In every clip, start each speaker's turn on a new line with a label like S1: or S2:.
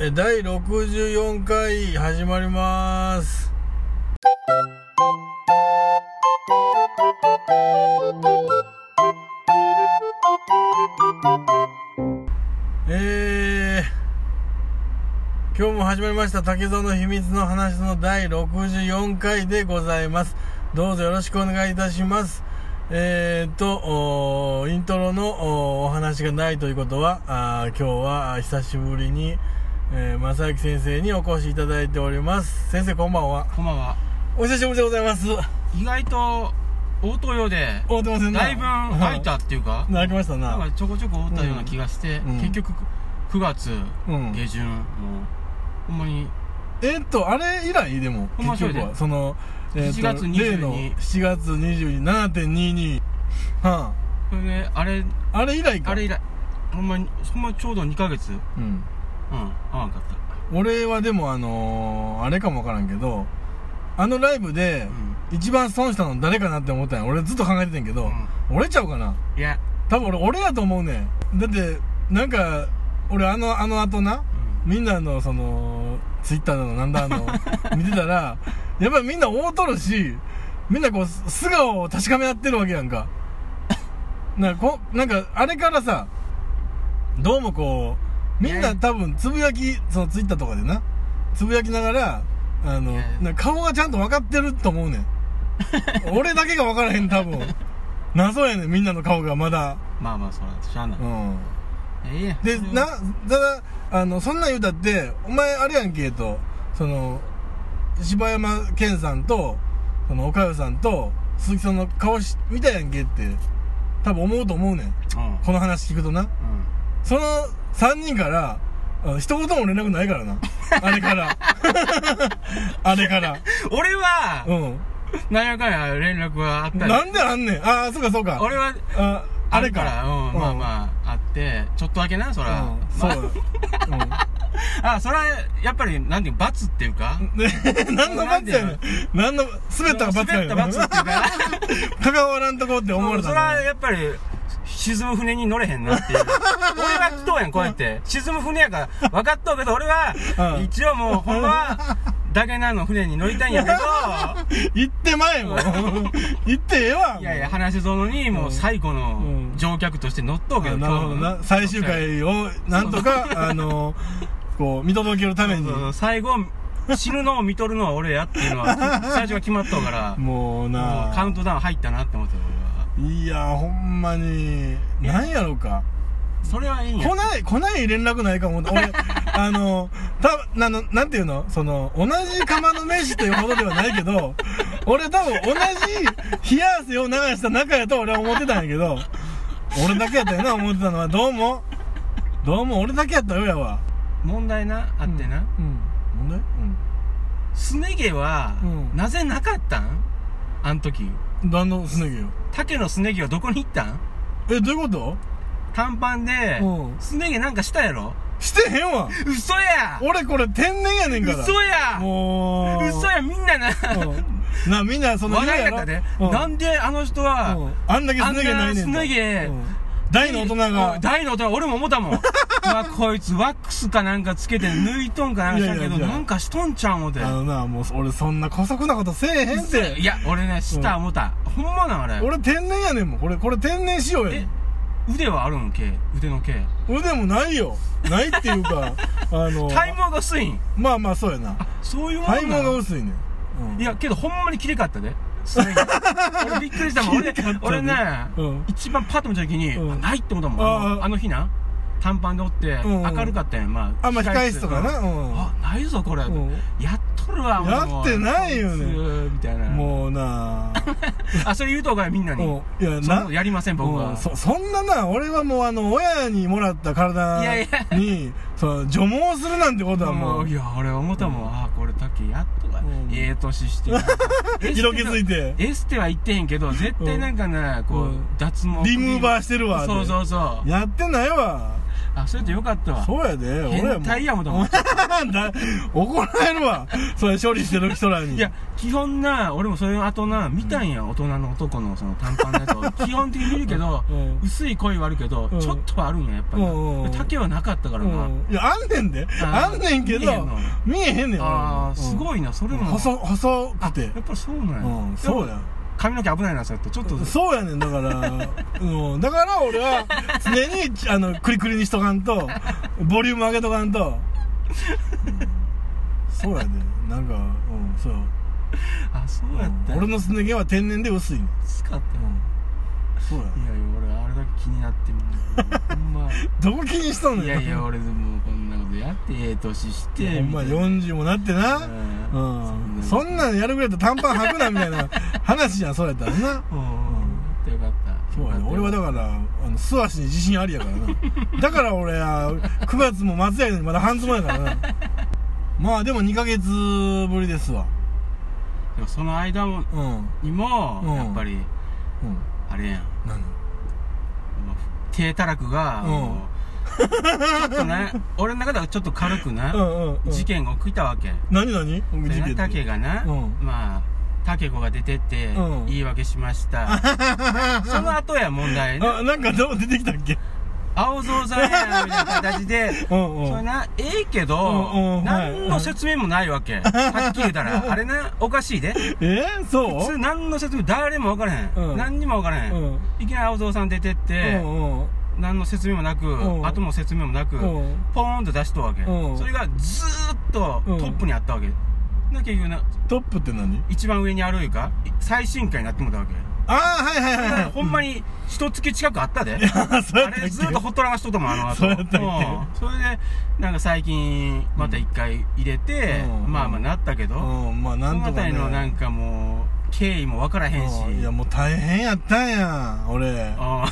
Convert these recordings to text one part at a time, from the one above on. S1: え第64回始まりますえー、今日も始まりました竹蔵の秘密の話の第64回でございますどうぞよろしくお願いいたしますえー、っとおーイントロのおーお話がないということはあー今日は久しぶりにえー、正幸先生にお越しいただいております先生こんばんは
S2: こんばんは。
S1: お久しぶりでございます
S2: 意外と、応答用で、
S1: おうてませんな
S2: だいぶん空いたっていうか、
S1: 泣きました
S2: なん
S1: な
S2: かちょこちょこおったような気がして、
S1: うん
S2: 結局、9月
S1: うん
S2: 下旬、もう、ほんまに、
S1: えっとあれ以来でも
S2: ほんま
S1: 結局
S2: そう
S1: は
S2: や
S1: その、えっと
S2: 7月22
S1: 例の7月27.22は
S2: それで、あれ、
S1: あ、あれ以来か
S2: あれ以来、ほんまに、ほんまちょうど2ヶ月、うん、
S1: うん
S2: 合わんかった。
S1: 俺はでもあのー、あれかもわからんけどあのライブで
S2: うん
S1: 一番損したの誰かなって思ったんや俺ずっと考えててんけど、俺ちゃうかない
S2: や、
S1: 多分俺俺やと思うねんだってなんか俺あのあの後な
S2: うん
S1: みんなのそのツイッターだのなんだの 見てたらやっぱりみんな大とるしみんなこうす素顔を確かめ合ってるわけやんかなんかこなんかあれからさどうもこうみんな
S2: ね
S1: 多分つぶやきそのツイッターとかでなつぶやきながらあの
S2: ね
S1: なんか顔がちゃんと分かってると思うね ん俺だけが分からへん多分謎やねんみんなの顔がまだ
S2: まあまあ、そうなんです。しゃあない。
S1: うん
S2: ええや
S1: で、
S2: それは
S1: な、ただ、あの、そんなん言うたって、お前あれやんけ、と、その、柴山健さんと、その、岡代さんと、鈴木さんの顔し、見たやんけって、多分思うと思うねん。
S2: うん。
S1: この話聞くとな。
S2: うん。
S1: その3人から、あ一言も連絡ない からな。あれから。 あれから。
S2: 俺は、
S1: うん。
S2: なんやかんや連絡はあったり
S1: なんであんねん。ああ、そうかそうか。
S2: 俺は、
S1: あ、あれか。
S2: あるうん、まあまあ、あって、ちょっとだけな、そら。
S1: うん、そ
S2: まあ
S1: うだ。うん。
S2: あ、それは、やっぱり、なんていうか罰っていうか。
S1: ね 何の罰やねん何の滑ったら罰や
S2: 滑
S1: ね
S2: っ
S1: ん
S2: た罰っていうか。
S1: 関わらんとこ って思わ
S2: う
S1: れ
S2: ん
S1: た
S2: そ
S1: の
S2: れは、やっぱり、沈む船に乗れへん なっていう。俺は来とうやん、こうやって。沈む船やから、分かっとうけど、俺は
S1: う、ん
S2: 一応もう、ほんまは、だけなの船に乗りたいんやけ ど、
S1: 行ってまえもん行ってええわ
S2: いやいや、話し園に、もう最後の乗客として乗っとうけ
S1: あ
S2: ど、
S1: なるほど
S2: 今日
S1: な
S2: の
S1: 最終回をなんとかあのこう見届けるために
S2: そうそう最後死ぬのを見とるのは俺やっていうのは最初が決まったからも
S1: もう
S2: う
S1: な
S2: カウントダウン入ったなって思ってる俺はい
S1: やほんまになんやろうか
S2: それはいいんや
S1: 来ない来ない連絡ないかも 俺あのたなのなんていうのその同じ釜の飯というほどではないけど俺多分同じ冷や汗を流した仲やと俺は思ってたんやけど俺だけやったよな思ってたのはどうもどうも俺だけやったよやわ
S2: 問題なあってな、
S1: うん問題
S2: すね毛は、
S1: うん
S2: なぜなかったんあん時
S1: うん何のすね毛よ
S2: 竹のすね毛はどこに行ったん
S1: えどういうこと
S2: 短パンで、
S1: うん
S2: すね毛なんかしたやろ
S1: してへんわ
S2: 嘘や
S1: 俺これ天然やねんから
S2: 嘘や
S1: もう
S2: 嘘やみんなな、
S1: うんなみんなその
S2: 話題
S1: 嫌や
S2: やっ
S1: ろ
S2: たで、
S1: うん
S2: なんであの人は、
S1: あんだけすね毛ないねんと
S2: あんなすね毛
S1: うん大の大人が
S2: うん大の大人、俺も思ったもん。 まあ、こいつワックスかなんかつけて抜いとんかなんかしたけ
S1: いや
S2: ど、
S1: いやいや
S2: なんかしとんちゃう思て。
S1: あのなもう俺そんな姑息なことせえへんて
S2: いや、俺ね、した思った。ほんまなんあれ。
S1: 俺天然やねんもんこれこれ天然仕様やね
S2: え
S1: ん、
S2: 腕はあるん毛腕の毛。
S1: 腕もないよないっていう かあの
S2: 体毛が薄いん。
S1: まあまあそうやな
S2: そういうもんな
S1: 体
S2: ん
S1: 毛が薄いねん、うん
S2: いや、けどほんまにきれかった で。すね毛俺びっくりしたもん。俺
S1: 綺麗かった、で
S2: 俺ね
S1: うん、
S2: 一番パッと見た時に、
S1: うん
S2: あないって思ったも
S1: あ
S2: んあ
S1: あ
S2: の。あの日な、短パンでおって、
S1: うんうん
S2: 明るかったやん。まあ、
S1: あんま控室とかな、うん
S2: あないぞこれ、
S1: うん
S2: やっとるわ
S1: やってないよね
S2: こいつみたいな
S1: もうな
S2: あそれ言うとおかみんなに
S1: もういや
S2: そんな
S1: な
S2: ことやりません僕は、
S1: うんそそんなな俺はもうあの親にもらった体に
S2: いやい
S1: その除毛するなんてことは
S2: も
S1: もう
S2: いや俺思ったもん、あこれタケやっとだ、
S1: うん
S2: ええ年して
S1: 色気づいて
S2: てエステは行ってへんけど絶対なんかな、こう、
S1: うん
S2: 脱毛
S1: リムーバー
S2: し
S1: してるわって
S2: そうそうそう
S1: やってないわ
S2: あ、それでよかったわ。
S1: そうやで、俺
S2: 変態やもんと思 っ
S1: だ怒られるわ。それ処理してる人らに。
S2: いや、基本な、俺もそれの後な、見たんや、大人の男のその短パン のやつを。基本的に見るけど
S1: うん、
S2: 薄い恋はあるけど
S1: うん、
S2: ちょっとはあるんや、やっぱり
S1: うんうんうん
S2: な。丈はなかったか
S1: う
S2: らな。
S1: ん、いや、あんねんで。あ
S2: あー
S1: んねんけど
S2: 見えへんの、
S1: 見えへんねん。
S2: ああ、す
S1: い。
S2: ごいな、それも。
S1: 細、細
S2: あ
S1: くて
S2: や。っぱりそうなんや。
S1: うん、そう
S2: で
S1: や
S2: も。髪の毛危ないな、そうやって。ちょっと、
S1: そうやねん、だから。 うん、だから俺は、常に、あの、クリクリにしとかんと、ボリューム上げとかんと。 うんそうやで。なんか、うん、そうや。
S2: あ、そうやったんや。
S1: 俺のすね毛は天然で薄いねん。
S2: 使ったよ
S1: うんそうや。
S2: いやいや、俺、あれだけ気になって、もうほんま。
S1: どこ気にしとんねん。
S2: いやいや、俺、もうこんなことやって、ええ年し
S1: ほ
S2: て。
S1: んま
S2: みたいな
S1: 40もなってな。
S2: う
S1: うんん。そんなんやるぐらいだったら短パン履くなみたいな話じゃん、そうやったらな。
S2: うん。やってよかった。
S1: そうやね。俺はだか
S2: か
S1: ら、あの、素足に自信ありやからな。だから俺は、9月も末やけどまだ半ズボンやからな。まあでも2ヶ月ぶりですわ。
S2: ら。でもその間も、
S1: うん。うん。
S2: にも、
S1: うん
S2: やっぱり、あれやん。
S1: 何
S2: もう手たらくが、
S1: うん
S2: もうちょっと ね、俺の中ではちょっと軽く
S1: う
S2: な、
S1: んうんうん。
S2: 事件が起きたわけ。
S1: 何何事
S2: でな
S1: 件っ
S2: 竹
S1: て。
S2: がな、
S1: うん
S2: まあ、竹子が出てって、
S1: うん
S2: 言い訳しま した。その後や問題ね。
S1: あ、なんかどう出てきたっけ
S2: 青蔵さんや、みたいな形で、
S1: うんうん
S2: それな、ええけど、
S1: うんうんはい
S2: 何の説明もない わけ。はっきり言うたら、あれな、おかしいで。
S1: えそう
S2: 普通何の説明、誰も分からへん。
S1: うん
S2: 何にも分からへん。
S1: うん
S2: いきなり青蔵さん出てって、
S1: うんうん。
S2: 何の説明もなく、
S1: うん
S2: 後も説明もなく、
S1: うん
S2: ポーンと出しとるわけ、
S1: うん
S2: それがずーっと
S1: うん
S2: トップにあったわけ、で結局な
S1: トップって何
S2: 一番上にあるいうか最新回になってもらったわ
S1: ああ、
S2: け、
S1: はいはいはいはい。
S2: ほんまに一月近くあったで、
S1: あ、 そうや
S2: あ
S1: ったっけ
S2: れずーっとほっとらかしとったもんあの後
S1: そうやったっけ
S2: うんそれでなんか最近また一回入れて、
S1: うん
S2: まあまあなったけど、
S1: うん、まあな
S2: そ
S1: ん
S2: の
S1: とか、ね、
S2: 辺りのなんかもう経緯もわからへんし、
S1: うんいやもう大変やったんや俺
S2: あ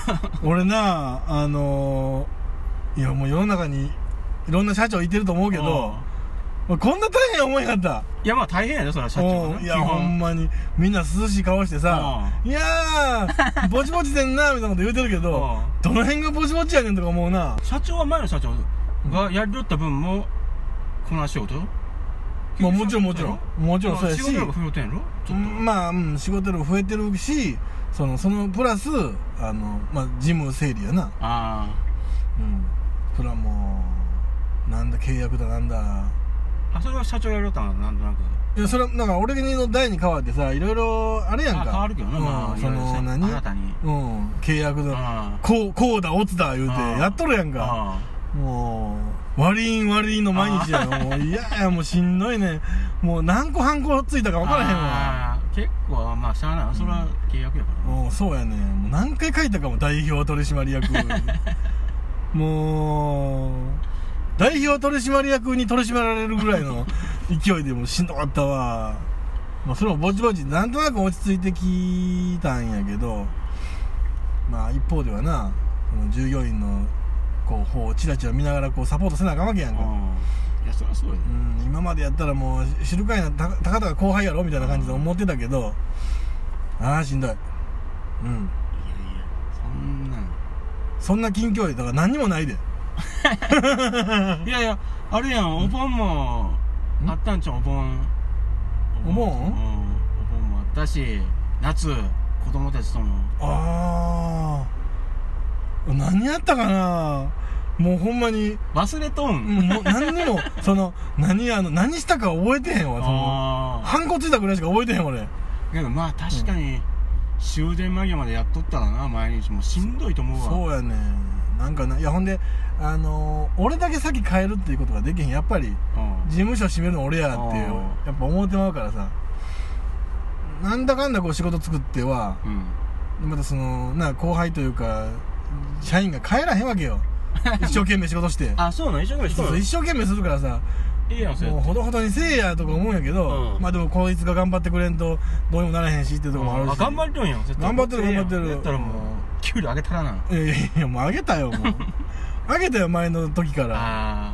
S1: 俺なあのーいやもう世の中にいろんな社長いてると思うけど、まあこんな大変思いやった
S2: いやまあ大変やでそれは社長
S1: う
S2: が
S1: んいやほんまにみんな涼しい顔してさ「いやーぼちぼちでんな」みたいなこと言うてるけど
S2: う
S1: どの辺がぼちぼちやねんとか思うな
S2: 社長は前の社長がやりよった分もこなしようと
S1: まあもちろんもちろんもちろんそうやし
S2: 仕事量が増えてんやろちょっと、
S1: まあ、うん、仕事量増えてるしそのそのプラスあの、まあ、事務整理やな
S2: あ
S1: うんそれはもうなんだ契約だなんだ
S2: ーあそれは社長やりよったんだなんとなく
S1: いやそれはなんか俺の代に変わってさいろいろあれやんか
S2: あ変わるけどな、
S1: うん
S2: まあ
S1: そ
S2: いろい
S1: の
S2: ろ
S1: 何
S2: 新たに
S1: うん契約だ
S2: あ
S1: こうこうだオツだ言うて
S2: ああ
S1: やっとるやん
S2: ー
S1: か
S2: あ
S1: もう割りん割りんの毎日やよもういやいやもうしんどいねもう何個ハンコついたか
S2: ー
S1: 分からへんわ
S2: あー結構まあしゃあないそれは契約やからな、
S1: うん、そうやねもう何回書いたかも代表取締役もう代表取締役に取り締まられるぐらいの勢いでもうしんどかったわ、まあ、それもぼちぼちなんとなく落ち着いてきたんやけどまあ一方ではなその従業員のこう方をチラチラ見ながらこうサポートせなあかんわけやんか、
S2: うんいやそりゃそうやで
S1: うん、今までやったらもう知るかいなたたかたか後輩やろみたいな感じで思ってたけどああしんどいうん
S2: いやいやそんなん
S1: そんな近況でだから何にもないで
S2: いやいや、あれやん、お盆も
S1: ん
S2: あったんちゃう、お盆。
S1: お盆
S2: うん、お盆もあったし、夏、子供たちとも。
S1: ああ何やったかなもうほんまに、
S2: 忘れと。
S1: うんんもう何にも その何あの何したか覚えてへんわその
S2: あ
S1: ハンコついたぐらいしか覚えてへん俺
S2: あ。けどまあ確かに、終電間際までやっとったらな、毎日。もうしんどいと思う
S1: そ
S2: わ。
S1: うやねなんかないやほんであのー俺だけ先帰るっていうことができへんやっぱり
S2: うん
S1: 事務所閉めるの俺やっていう
S2: あ
S1: やっぱ思ってまうからさなんだかんだこう仕事作っては
S2: うん。
S1: またそのな後輩というか社員が帰らへんわけよ一生懸命仕事して
S2: あ、そうなん、一緒ぐらいし
S1: そう
S2: と
S1: そう
S2: る
S1: 一生懸命するからさ
S2: いいやん、それ
S1: もう。ほどほどにせえやとか思うんやけど、
S2: うん
S1: まあでもこいつが頑張ってくれんとどうにもならへんしっていうところもあるし、
S2: あ頑張りとんやん、絶対
S1: 頑張ってる頑張ってる
S2: やったらもう、給料上げたらな。
S1: いやいやいやもうあげたよもうあげたよ前の時から
S2: あ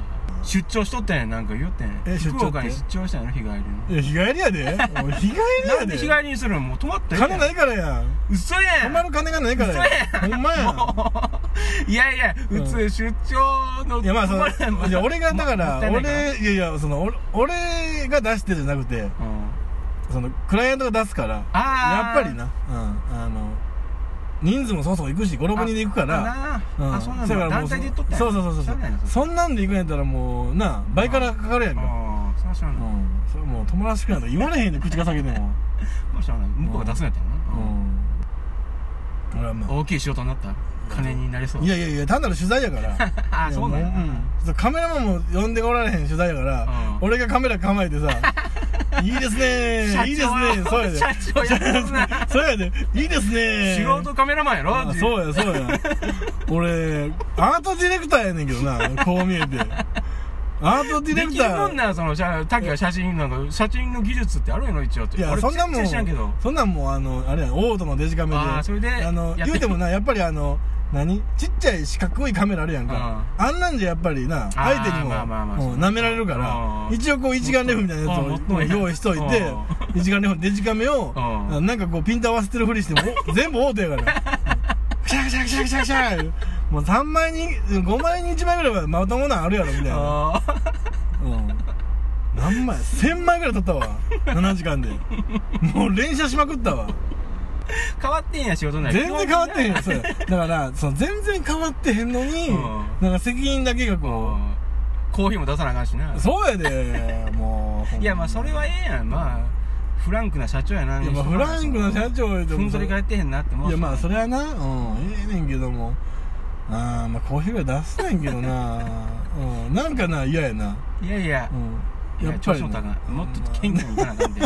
S2: あ。出張しとったんやなんか言うてん
S1: え出張って
S2: 福岡に出張したんやろ日帰りの
S1: いや日帰りやでおい日帰り
S2: な
S1: や
S2: ん
S1: で
S2: で日帰りにするのもう泊まった
S1: 金ないいからやん
S2: 嘘や
S1: お
S2: ん
S1: 前の金がないからや
S2: 嘘やん
S1: ほんまやん
S2: いやいや
S1: うん
S2: 普通出張の
S1: いやまあそ
S2: 泊まれんも
S1: の
S2: ん
S1: いや俺がだか
S2: も
S1: ら
S2: ったいないから
S1: 俺いやいやその俺俺が出してじゃなくて
S2: うん
S1: そのクライアントが出すからや
S2: あ
S1: っ
S2: ー
S1: ぱりな、うん、あの人数もそもそも行くし56人で行くから
S2: ああ
S1: ん
S2: なあそうなん
S1: せやか
S2: だ
S1: らも
S2: 団体で言っとったんや
S1: そうそうそうそ
S2: しゃ
S1: う
S2: あないなそ
S1: そんなんで行くんやったらもうな倍からかかるやん
S2: れ
S1: か
S2: ああそれはしゃあ
S1: う
S2: ない
S1: んそれもう友達くらいなんて言われへんで口が裂けても
S2: まあしゃあない向こうが出すんやったらな
S1: う
S2: うん
S1: ん俺はま
S2: 大きい仕事になった金になりそ
S1: あ
S2: う
S1: いやいやいや単なる取材やから
S2: ああそうなん
S1: いやもう
S2: や
S1: うんそうカメラマンも呼んでおられへん取材やから
S2: うん
S1: 俺がカメラ構えて さいいですね
S2: 社長
S1: いいですねそうやで
S2: 社長やってるな
S1: そうやでいいですね
S2: 仕事カメラマンやろ
S1: あそうやそうや俺アートディレクターやねんけどなこう見えてアートディ
S2: で
S1: レク
S2: き
S1: タ
S2: る
S1: ー
S2: もんなその写タキが写真なんか写真の技術ってあるやろ一応って
S1: いや
S2: 俺
S1: そんなも
S2: 全
S1: ん
S2: 然知らんけど
S1: そんなんもうあのあれやオートのデジカメで
S2: あーそれで
S1: あの
S2: やって
S1: 言うてもなやっぱりあの何ちっちゃい四角いカメラあるやんか、あんなんじゃやっぱりな相手にも
S2: まあまあまあ
S1: もう舐められるから
S2: うん
S1: 一応こう一眼レフみたいなやつ
S2: うん
S1: を
S2: 持っとんや
S1: 用意しといて一眼レフデジカメを
S2: う
S1: なんかこうピント合わせてるふりしてもお全部オートやからクシャクシャクシャクシャクシャもう3枚に5枚に1枚ぐらいはまともなんあるやろみたいな
S2: ああ
S1: うん何枚1000枚ぐらい撮ったわ7時間でもう連写しまくったわ
S2: 変わってんや仕事内
S1: 全然変わってへんよそ れだからその全然変わってへんのに、
S2: うん
S1: なんか責任だけが
S2: う
S1: こ
S2: んコーヒーも出さなあかんし
S1: う
S2: な
S1: そうやでもうほん
S2: いやまあそれはええやんまあフランクな社長やない
S1: やまあフランクな社長言うて
S2: ふんぞり返ってへんなって思う
S1: い
S2: い
S1: やまあそれはなうんええねんけどもああまあコーヒーが出せないけどな うんなんかな嫌やな、
S2: いやいや
S1: うん、
S2: い
S1: や
S2: や
S1: っぱ
S2: 調子
S1: り
S2: 乗
S1: な
S2: ったらあかんもっ
S1: うん
S2: と謙虚にいかな あかんで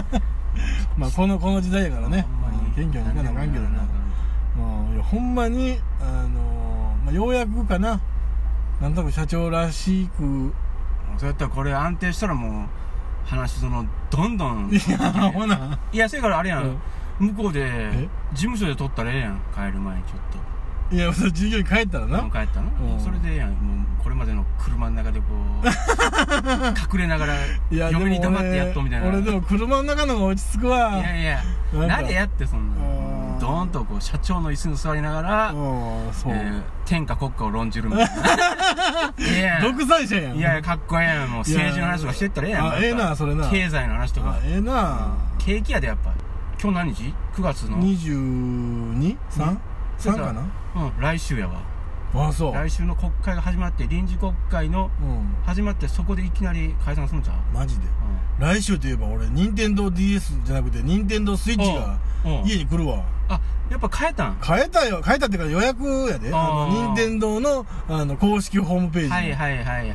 S1: まあこのこの時代やからね
S2: ほんまに
S1: 謙虚にいかなあかんけどなうんいやほんまにあのーまあ、ようやくかななんとなく社長らしく
S2: そうやったらこれ安定したらもう話そのどんどん
S1: い やほない
S2: やそれからあれやん、向こう
S1: え
S2: で事務所で取ったらええやん帰る前にちょっ
S1: いやそれ従業員帰ったら
S2: ともう
S1: な
S2: 帰ったの、
S1: うん
S2: それでええやんもうこれまでの車の中でこう 隠れながら嫁に黙ってやっとみたいな
S1: 俺俺でも車の中の方が落ち着くわ
S2: いやいや
S1: なんか
S2: なんでやってそ
S1: う
S2: んなんドーンとこう社長の椅子に座りながら、
S1: うんそう、
S2: えー天下国家を論じるみたい ないや
S1: 独裁者やん
S2: いやいやかっこええやんもう
S1: いや
S2: 政治の話とかしてったらええやん
S1: あええなそれな
S2: 経済の話と
S1: あ
S2: か
S1: ええな
S2: 景気やでやっぱ今日何日 ?9 月の、うん、
S1: 223? 3かな
S2: 来週やわ
S1: あそう、
S2: 来週の国会が始まって臨時国会の
S1: うん
S2: 始まってそこでいきなり解散するんちゃう、
S1: マジで
S2: う
S1: 来週といえば俺任天堂 d s じゃなくて任天堂スイッチが
S2: んうん
S1: 家に来るわ
S2: あやっぱ変えたん
S1: 変えたよ変えたっていうか予約やであの
S2: あー
S1: 任天堂のあの公式ホームページ
S2: はいはいはいはいはい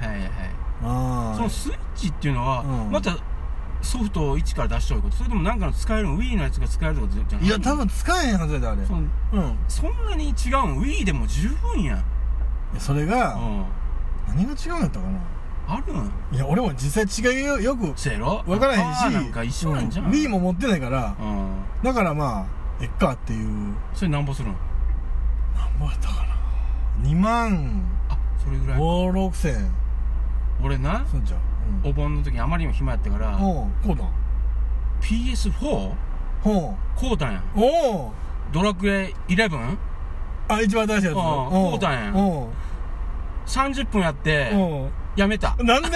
S1: あー
S2: そのスイッチっていうのは、
S1: うん
S2: またソフトを一から出しちゃうことそれともなんかの使えるの Wii のやつが使えるとかじゃない
S1: いや多分使えへんはずやであれ
S2: その
S1: うん
S2: そんなに違うん Wii でも十分やん、
S1: それ
S2: う
S1: が
S2: ん、
S1: 何が違うんやったかな
S2: あるん
S1: いや俺も実際違いよよく
S2: せやろ
S1: 分からへ
S2: あー
S1: んし
S2: なんか一緒なんじゃん、
S1: う Wii も持ってないから
S2: うん
S1: だからまあえっかっていう
S2: それなんぼするん
S1: 何ぼやったかな2万
S2: あそれぐらい
S1: 56千
S2: 俺な
S1: そんじゃう
S2: お盆の時にあまりにも暇やったから
S1: うんおうこうだ
S2: PS4
S1: ほう
S2: こうたんやん
S1: おう
S2: ドラクエ 11?30
S1: あ一番新しいやつ
S2: うん
S1: お
S2: こうたんや
S1: おう
S2: 分やって
S1: お
S2: やめた
S1: うなんで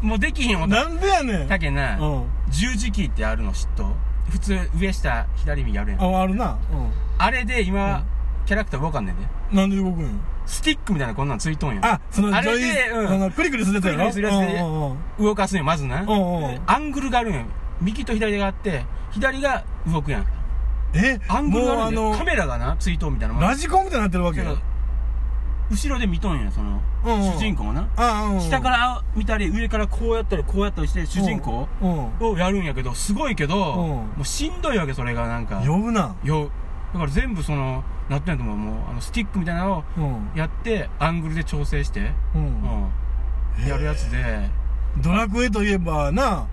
S2: もうできひん思った
S1: なんでやねん
S2: だけどな
S1: うん
S2: 十字キーってあるの知っと普通上下左右やるやんあ
S1: ああるな
S2: れで今、キャラクター動かんねんで
S1: うんなんで動くんよ
S2: スティックみたいなこんなんついとんやん
S1: あその
S2: あ
S1: ジョ
S2: れで
S1: イ
S2: うん
S1: そのクリクリするやつやろ
S2: クリクリするやつで
S1: うんうんうん
S2: 動かすんよまずな
S1: うんうん
S2: でアングルがあるんや右と左があって左が動くやん
S1: え
S2: アングル
S1: もう
S2: があ
S1: あ
S2: るん
S1: の
S2: でカメラがなついとんみたいなもん
S1: ラジコンみたいになってるわけ
S2: け
S1: よ
S2: ど後ろで見とんやそ
S1: う
S2: の、
S1: んうん
S2: 主人公をな、
S1: ああうん
S2: 下から見たり上からこうやったりこうやったりして主人公
S1: うん
S2: をやるんやけどすごいけど、
S1: ん
S2: もうしんどいわけそれがなんか
S1: 呼ぶな
S2: よだから全部そのなってんやと思うもうあのスティックみたいなのを
S1: うん
S2: やってアングルで調整して、
S1: う
S2: うんんやるやつで
S1: ドラクエといえばな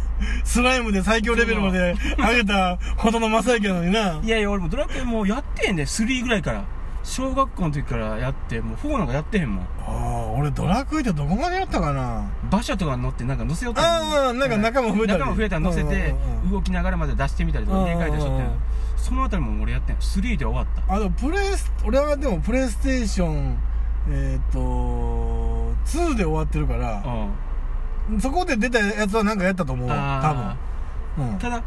S1: スライムで最強レベルまで上げたほどの正幸やのにない
S2: やいや俺もドラクエもうやってへんで3ぐらいから小学校の時からやってもう4なんかやってへんもん
S1: ああ俺ドラクエってどこまでやったかな
S2: 馬車とか乗ってなんか乗せようと
S1: ああなんか中も増えたり
S2: 中も増えたら乗せて
S1: うんうんうん
S2: 動きながらまで出してみたりとか入れ替えたりしとって
S1: うんうんうん
S2: そのあたりも俺やってん3で終わった
S1: あのプレイス俺はでもプレイステーションえっ、と2で終わってるから、
S2: うん
S1: そこで出たやつはなんかやったと思う
S2: あ
S1: わ多分、うん
S2: ー、ただ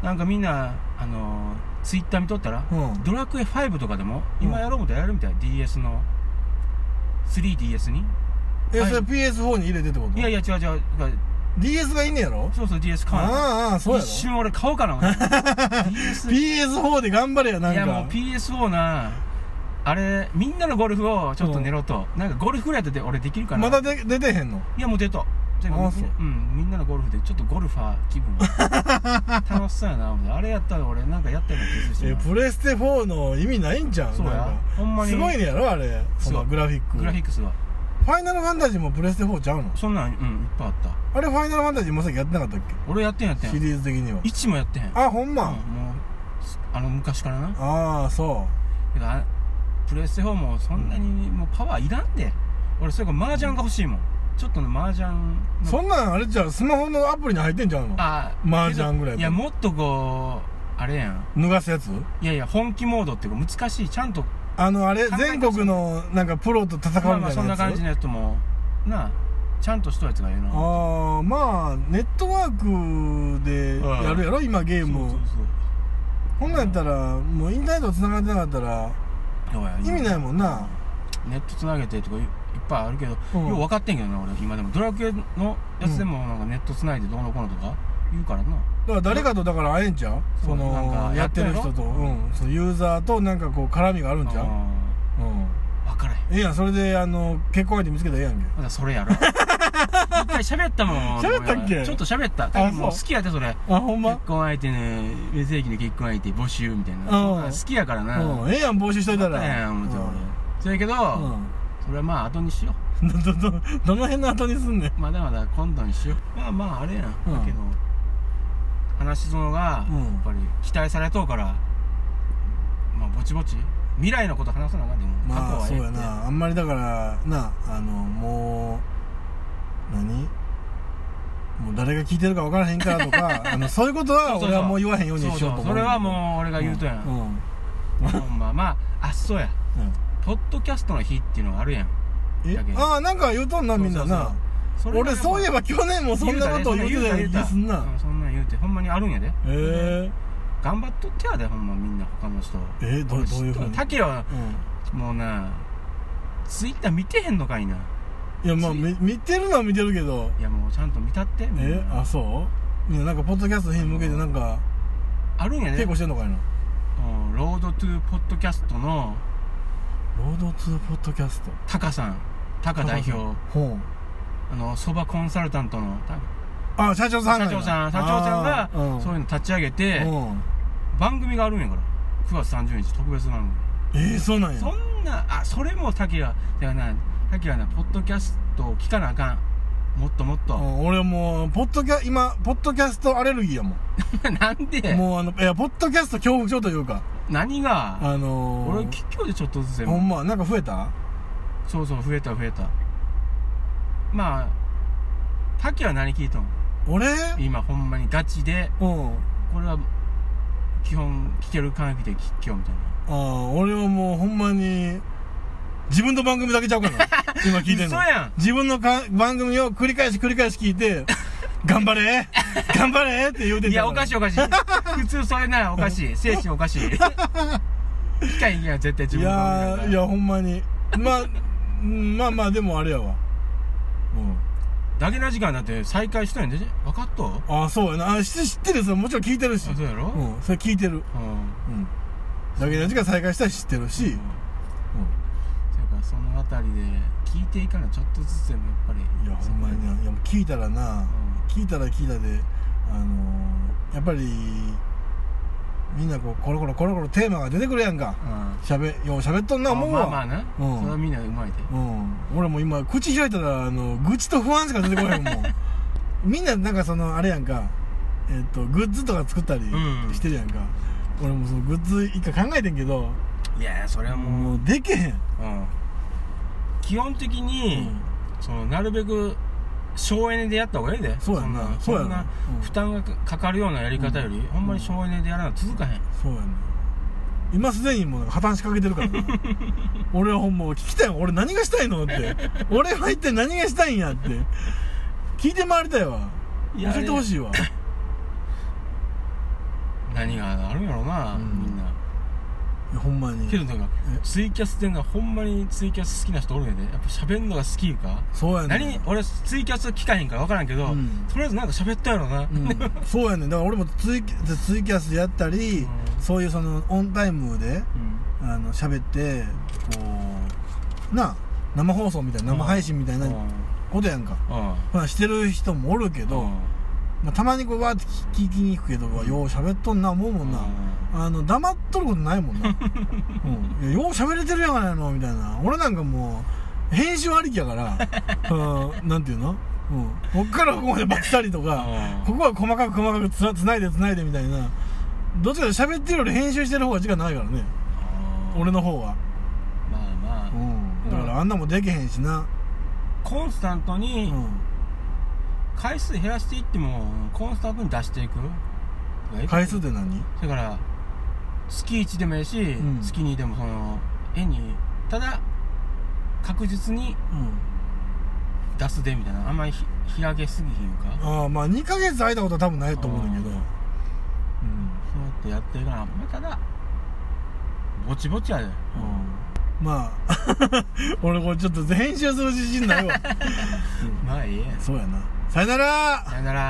S2: なんかみんなあのツイッター Twitter 見とったら、
S1: うん
S2: ドラクエ5とかでも
S1: う
S2: 今
S1: ん
S2: やろうとやるみたい、DS の 3DS に
S1: えそれ
S2: はい
S1: PS4 に入れてってこと
S2: いやいや違う違うだから
S1: DS がいいんねやろ
S2: そうそう DS 買わな
S1: ああああそうや
S2: 一
S1: ろ
S2: 瞬俺買お うかな思って DS
S1: PS4 で頑張れやなん
S2: い
S1: か
S2: やもう PS4 なあれみんなのゴルフをちょっと寝ろと、なんかゴルフぐらいだって俺できるかな
S1: まだで出てへんの
S2: いやもう出たで
S1: あそう
S2: うんみんなのゴルフでちょっとゴルファー気分 楽しそうやな思ってあれやったら俺なんかやったような気づいて
S1: え
S2: な
S1: プレステ4の意味ないんじゃん
S2: そう
S1: なん
S2: や
S1: か
S2: ほんまに
S1: すごいねやろあれその
S2: そう
S1: グラフィック
S2: グラフィックスは
S1: ファイナルファンタジーもプレステ4ちゃうの
S2: そんなんうんいっぱいあった
S1: あれファイナルファンタジーまさきやってなかったっ
S2: 俺やってんやって
S1: けシ
S2: ん
S1: リーズ的には
S2: 1もやってへん
S1: あほんま、
S2: うんもうあの昔からなだか
S1: ああそ
S2: らあプレステ4もそんなにもうパワーいらんで俺それから麻雀が欲しいもんちょっとの麻雀
S1: う
S2: の
S1: そんなんあれじゃんスマホのアプリに入ってんじゃんの
S2: あ
S1: 麻雀ぐらいだ
S2: いやもっとこうあれやん
S1: 脱がすやつ
S2: いやいや本気モードっていうか難しいちゃんと
S1: あのあれ
S2: 考えてほしい
S1: 全国のなんかプロと戦うみたい
S2: まあ
S1: なや
S2: まあ
S1: つ、
S2: そんな感じのやつもなあちゃんとしたやつがええな
S1: ああまあネットワークでやるやろ、今ゲーム
S2: そう
S1: こんなんやったらもうインターネット繋がってなかったら
S2: そうそうやばい
S1: 意味ないもんな
S2: ネットつなげてとかいいっぱいあるけど、
S1: うん
S2: よう分かってんけどな俺今でもドラクエのやつでもなんかネットつないでどうのこうのとか言うからな
S1: だから誰かとだから会えんちゃう
S2: そ
S1: そ
S2: う
S1: の
S2: なんか
S1: やってる人
S2: やって
S1: と、
S2: るやろ
S1: うん、そのユーザーとなんかこう絡みがあるんちゃううん
S2: 分からへん
S1: ええやんそれであの結婚相手見つけたらええやんけ
S2: まだそれ やろ一回喋ったもん
S1: 喋ったっけ
S2: 俺はちょっと喋った
S1: あ
S2: もう好
S1: そう
S2: きやでそれ
S1: あほん
S2: 結婚相手ね別世紀の結婚相手募集みたいな
S1: うん
S2: 好きやからな
S1: うんええやん募集しといたら
S2: ええやん思って
S1: う
S2: 俺そやけど、
S1: んうん
S2: それはまあ後にしよ
S1: どどどどの辺の後にすんねん
S2: うまだまだ今度にしようまあまああれやな、
S1: うん
S2: だけど話しそのが、
S1: うん
S2: やっぱり期待されとうからまあぼちぼち未来のこと話さなあかんでも、
S1: まあ
S2: 過去
S1: そ
S2: はええ
S1: う
S2: って
S1: やなあんまりだからなあのもう何もう誰が聞いてるか分からへんからとかあのそういうことは
S2: そうそうそう
S1: 俺はもう言わへんようにしようと
S2: そう
S1: 思う
S2: そうそれはもう俺が言うとや、
S1: うんん、うん
S2: ほんままああそうやポッドキャストの日っていうのがあるやん
S1: え
S2: だけど
S1: ああなんか言うとんなみんなな
S2: それが
S1: 俺そういえば去年もそんなことを言うてたような気すんな
S2: うんそんなん言うてほんまにあるんやで
S1: へえ
S2: 頑張っとってやでほんまみんな他の人
S1: えーどうどういうふうに
S2: タケは
S1: うん
S2: もうなツイッター見てへんのかいない
S1: やまあみ見てるのは見てるけど
S2: いやもうちゃんと見たってみんな
S1: えあそういやなんかポッドキャストの日に向けてなんか
S2: あるんやね
S1: 稽古してんのかいな
S2: うんロードトゥポッドキャストの
S1: ロードツーポッドキャスト
S2: タカさんタカ代表
S1: ほう
S2: あのそばコンサルタントのタ
S1: あ社長さん
S2: 社
S1: が
S2: 長さん社長さん
S1: あーう
S2: がそういうの立ち上げて
S1: うん
S2: 番組があるんやから9月30日特別番組
S1: えー、そうなんや
S2: そんなあそれもタケはだからなタケはなポッドキャストを聞かなあかんもっともっ
S1: う
S2: と、
S1: ん俺もうポッドキャ今ポッドキャストアレルギーやもん
S2: なんで
S1: もうあのいやポッドキャスト恐怖症というか
S2: 何が
S1: あのー、
S2: 俺結局でちょっとずつで
S1: ほ
S2: も
S1: んまなんか増えた
S2: そうそう増えた増えたまあタケは何聞いたの
S1: 俺
S2: 今ほんまにガチで
S1: うん
S2: これは基本聞ける限りで聞けよみたいな
S1: ああ俺はもうほんまに自分の番組だけちゃうから 今聞いてんの
S2: 嘘やん
S1: 自分のか番組を繰り返し繰り返し聞い て頑張れ頑張れって言うて
S2: いやおかし
S1: い
S2: いお かしい普通それならおかしい精神おかしい機械には絶対自
S1: い
S2: 分の番組だ
S1: や
S2: から
S1: ーいやほんまにまあうんまあまあでもあれやわうん
S2: ダゲな時間だって再開したいんでしょ分かっとう
S1: ああそうやなあ知知ってるよそれもちろん聞いてるし
S2: そうやろうん、
S1: うんそれ聞いてるうんだけど時間再開したら知ってるし、
S2: うんそれからそのあたりで聞いていかなちょっとずつでもやっぱり
S1: いやほんまにないやもう聞いたらな、聞いたら聞いたであのー、やっぱりみんなこうコロコロコロコロテーマが出てくるやんか
S2: う
S1: しゃべようしゃべっとん
S2: ん
S1: な思うわ、
S2: まあまあな、
S1: うん
S2: それはみんなうまいで
S1: うん俺もう今口開いたらあの愚痴と不安しか出てこへんも んみんななんかそのあれやんかえっとグッズとか作ったり
S2: うん
S1: してるやんか、俺もそのグッズ一回考えてんけど
S2: いやそれはもう、
S1: もうでけへん
S2: うん基本的
S1: う
S2: に、
S1: ん
S2: そのなるべく省エネでやった方がいいで
S1: そうや
S2: ん
S1: な
S2: な
S1: そうや
S2: ん
S1: な
S2: な
S1: うん
S2: 負担がかかるようなやり方より、ほんまに省エネでやらな続かへん
S1: そうやね今すでにもうなんか破綻しかけてるから な俺はほんま聞きたいわ俺何がしたいのって俺は一体何がしたいんやって聞いて回りたいわ
S2: い
S1: 教
S2: や
S1: えてほしいわ
S2: 何があるんやろうな、
S1: うん
S2: みんない
S1: やほんまに
S2: けどなんか
S1: え
S2: ツイキャスでなほんまにツイキャス好きな人おるんやでやっぱ喋るのが好きいうか
S1: そうやね
S2: 何俺ツイキャス聞かへんから分からんけど、
S1: うん
S2: とりあえずなんか喋ったやろな、
S1: う ん、そうやねんだから俺もツイキツイキャスやったり、
S2: うん
S1: そういうそのオンタイムで
S2: うん
S1: あの喋ってこうなあ生放送みたいな生配信みたいな
S2: うん
S1: ことやんか、
S2: うん
S1: まあ、してる人もおるけど、まあ、たまにこうわーって聞きに行くけど、うわよう喋っとんな思うもんな、あの黙っとることないもん な、うん、いやよう喋れてるやんかないのみたいな俺なんかもう編集ありきやから うんなんていうの、うん、こっからここまでばったりとか、ここは細かく細かくつなつないでつないでみたいなどっちかというと喋ってるより編集してる方が時間ないからね俺
S2: の
S1: の方は
S2: まあまあ、
S1: うんだからあんなもんできへんしな
S2: コンスタント
S1: う
S2: に
S1: ん
S2: 回数減らしていってもコンスタントに出していく
S1: 回数って何
S2: だから月1でもいいし、
S1: ん
S2: 月2でもその絵にただ確実に
S1: うん
S2: 出すでみたいなあんまりひ開けすぎひんか
S1: ああまあ2ヶ月空いたことは多分ないと思うんだけど
S2: あ
S1: うん
S2: そうやってやっていかな、まあ、ただぼちぼちやで、
S1: まあ 俺これちょっと編集する自信ないわ
S2: まあいいや
S1: そうやなさよなら
S2: さよなら